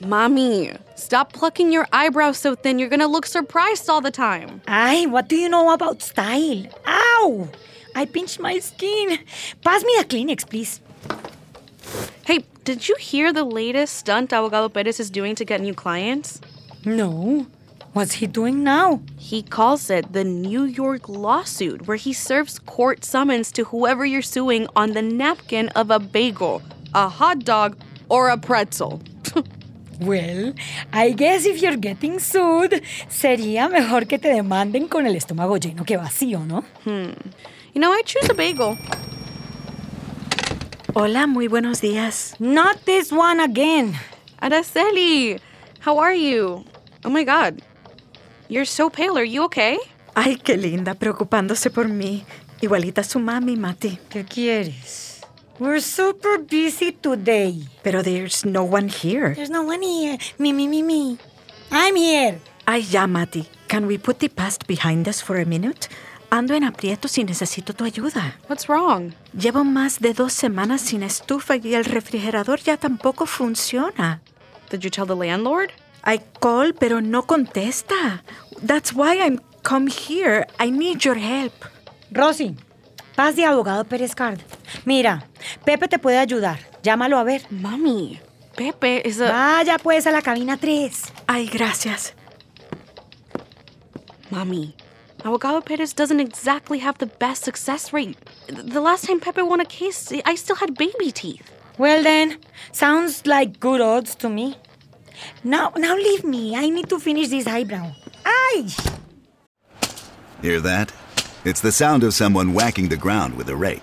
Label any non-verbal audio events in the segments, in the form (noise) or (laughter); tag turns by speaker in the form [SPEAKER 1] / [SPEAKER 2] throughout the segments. [SPEAKER 1] Mommy, stop plucking your eyebrows so thin. You're gonna look surprised all the time.
[SPEAKER 2] Ay, what do you know about style? Ow! I pinched my skin. Pass me a Kleenex, please.
[SPEAKER 1] Hey, did you hear the latest stunt Abogado Perez is doing to get new clients?
[SPEAKER 2] No. What's he doing now?
[SPEAKER 1] He calls it the New York lawsuit, where he serves court summons to whoever you're suing on the napkin of a bagel, a hot dog, or a pretzel.
[SPEAKER 2] Well, I guess if you're getting sued, sería mejor que te demanden con el estómago lleno que vacío, ¿no?
[SPEAKER 1] You know, I choose a bagel.
[SPEAKER 3] Hola, muy buenos días.
[SPEAKER 2] Not this one again.
[SPEAKER 1] Araceli, how are you? Oh my god. You're so pale. Are you okay?
[SPEAKER 3] Ay, qué linda, preocupándose por mí. Igualita a su mami, Mati.
[SPEAKER 2] ¿Qué quieres? We're super busy today.
[SPEAKER 3] Pero there's no one here.
[SPEAKER 2] There's no one here. Me, me, me, me. I'm here.
[SPEAKER 3] Ay, ya, Mati. Can we put the past behind us for a minute? Ando en aprietos y necesito tu ayuda.
[SPEAKER 1] What's wrong?
[SPEAKER 3] Llevo más de dos semanas sin estufa y el refrigerador ya tampoco funciona.
[SPEAKER 1] Did you tell the landlord?
[SPEAKER 3] I call, pero no contesta. That's why I'm come here. I need your help.
[SPEAKER 2] Rosy, paz de abogado Pérez Card. Mira, Pepe te puede ayudar. Llámalo a ver.
[SPEAKER 1] Mommy, Pepe is a.
[SPEAKER 2] Vaya pues a la cabina 3.
[SPEAKER 3] Ay, gracias.
[SPEAKER 1] Mommy, Abogado Perez doesn't exactly have the best success rate. Th- The last time Pepe won a case, I still had baby teeth.
[SPEAKER 2] Well then, sounds like good odds to me. Now, now leave me. I need to finish this eyebrow. Ay!
[SPEAKER 4] Hear that? It's the sound of someone whacking the ground with a rake.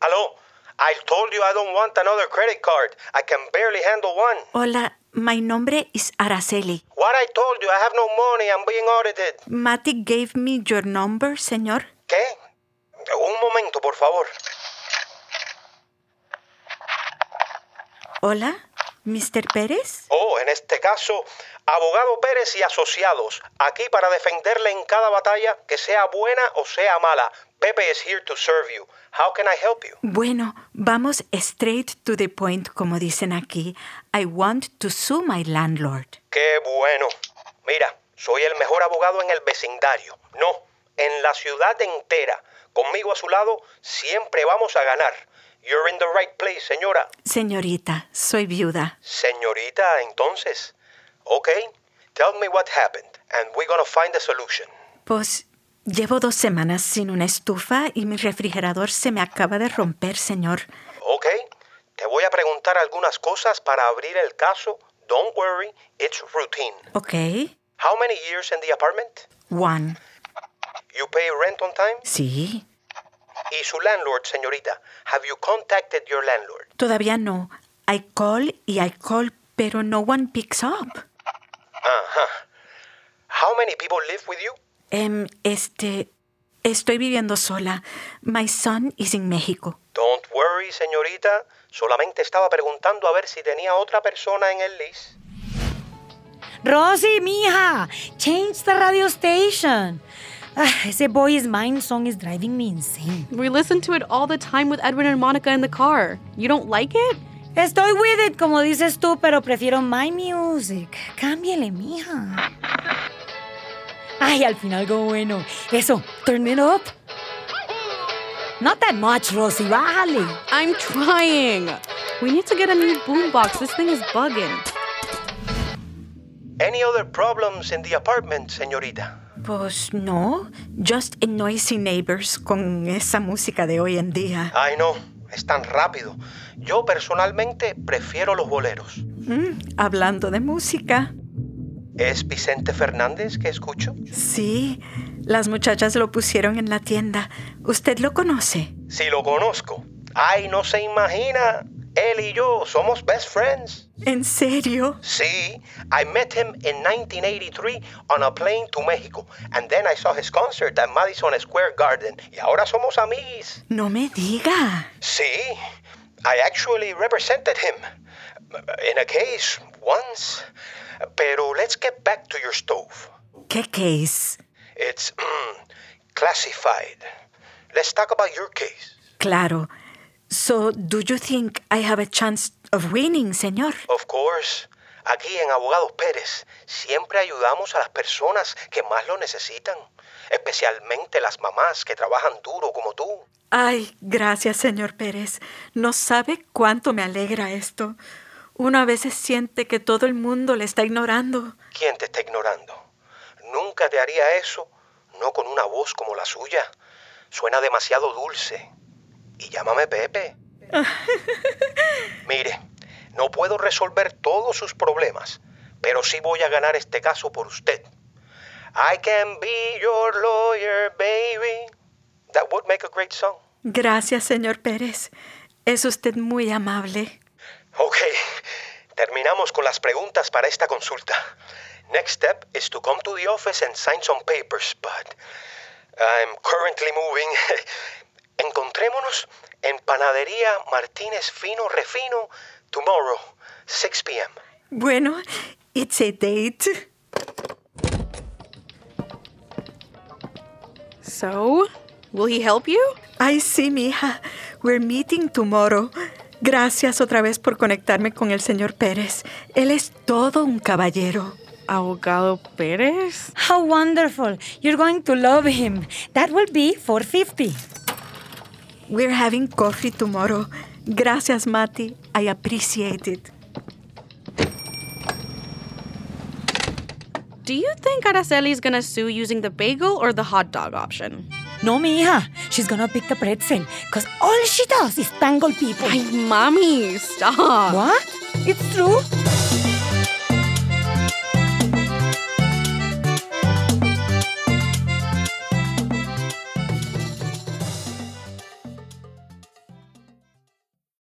[SPEAKER 5] Hello? I told you I don't want another credit card. I can barely handle one.
[SPEAKER 3] Hola, my nombre is Araceli.
[SPEAKER 5] What I told you, I have no money. I'm being audited.
[SPEAKER 3] Mati gave me your number, señor.
[SPEAKER 5] ¿Qué? Un momento, por favor.
[SPEAKER 3] Hola, Mr. Pérez.
[SPEAKER 5] Oh, en este caso, abogado Pérez y asociados, aquí para defenderle en cada batalla, que sea buena o sea mala. Pepe is here to serve you. How can I help you?
[SPEAKER 3] Bueno, vamos straight to the point, como dicen aquí. I want to sue my landlord.
[SPEAKER 5] Qué bueno. Mira, soy el mejor abogado en el vecindario. No, en la ciudad entera. Conmigo a su lado siempre vamos a ganar. You're in the right place, señora.
[SPEAKER 3] Señorita, soy viuda.
[SPEAKER 5] Señorita, entonces. Okay, tell me what happened, and we're gonna find a solution.
[SPEAKER 3] Pues llevo dos semanas sin una estufa y mi refrigerador se me acaba de romper, señor.
[SPEAKER 5] Okay, te voy a preguntar algunas cosas para abrir el caso. Don't worry, it's routine.
[SPEAKER 3] Ok,
[SPEAKER 5] How many years in the apartment?
[SPEAKER 3] one.
[SPEAKER 5] You pay rent on time?
[SPEAKER 3] Sí,
[SPEAKER 5] Y su landlord, señorita. Have you contacted your landlord?
[SPEAKER 3] todavía no. I call y I call, pero no one picks up.
[SPEAKER 5] How many people live with you?
[SPEAKER 3] Em, este, estoy viviendo sola. My son is in México.
[SPEAKER 5] Don't worry, señorita. Solamente estaba preguntando a ver si tenía otra persona en el list.
[SPEAKER 2] Rosy, mija, change the radio station. Ah, ese boy is mine song is driving me insane.
[SPEAKER 1] We listen to it all the time with Edwin and Monica in the car. You don't like it?
[SPEAKER 2] Estoy with it, como dices tú, pero prefiero my music. Cámbiale, mija. Ay, al fin algo bueno. Eso, turn it up. Not that much, Rosy, bájale.
[SPEAKER 1] I'm trying. We need to get a new boombox. This thing is bugging.
[SPEAKER 5] Any other problems in the apartment, señorita?
[SPEAKER 3] Pues no, just a noisy neighbors con esa música de hoy en día.
[SPEAKER 5] Ay, no. Es tan rápido. Yo personalmente prefiero los boleros.
[SPEAKER 3] Mm, hablando de música.
[SPEAKER 5] ¿Es Vicente Fernández que escucho?
[SPEAKER 3] Sí, las muchachas lo pusieron en la tienda. ¿Usted lo conoce?
[SPEAKER 5] Si lo conozco. Ay, no se imagina. Él y yo somos best friends.
[SPEAKER 3] ¿En serio?
[SPEAKER 5] See, I met him in 1983 on a plane to Mexico, and then I saw his concert at Madison Square Garden. Y ahora somos amigos.
[SPEAKER 3] No me diga.
[SPEAKER 5] See, I actually represented him uh, in a case once. Pero let's get back to your stove.
[SPEAKER 3] ¿Qué case?
[SPEAKER 5] It's mm, classified. Let's talk about your case.
[SPEAKER 3] Claro. So, do you think I have a chance of winning, señor?
[SPEAKER 5] Of course. Aquí en Abogados Pérez siempre ayudamos a las personas que más lo necesitan, especialmente las mamás que trabajan duro como tú.
[SPEAKER 3] Ay, gracias, señor Pérez. No sabe cuánto me alegra esto. Uno a veces siente que todo el mundo le está ignorando.
[SPEAKER 5] ¿Quién te está ignorando? Nunca te haría eso, no con una voz como la suya. Suena demasiado dulce. Y llámame Pepe. Mire, no puedo resolver todos sus problemas, pero sí voy a ganar este caso por usted. I can be your lawyer, baby. That would make a great song.
[SPEAKER 3] Gracias, señor Pérez. Es usted muy amable.
[SPEAKER 5] Ok, terminamos con las preguntas para esta consulta. Next step is to come to the office and sign some papers, but I'm currently moving. (laughs) Encontrémonos en Panadería Martínez Fino Refino tomorrow, 6 p.m.
[SPEAKER 3] Bueno, it's a date.
[SPEAKER 1] So, will he help you?
[SPEAKER 3] Ay, sí, mija. We're meeting tomorrow. Gracias otra vez por conectarme con el señor Pérez. Él es todo un caballero.
[SPEAKER 1] Abogado Pérez?
[SPEAKER 2] How wonderful. You're going to love him. That will be 450.
[SPEAKER 3] We're having coffee tomorrow. Gracias, Mati. I appreciate it.
[SPEAKER 1] Do you think Araceli's gonna sue using the bagel or the hot dog option?
[SPEAKER 2] No, mija. She's gonna pick the pretzel, because all she does is tangle people.
[SPEAKER 1] Ay, mommy, stop.
[SPEAKER 2] What? It's true.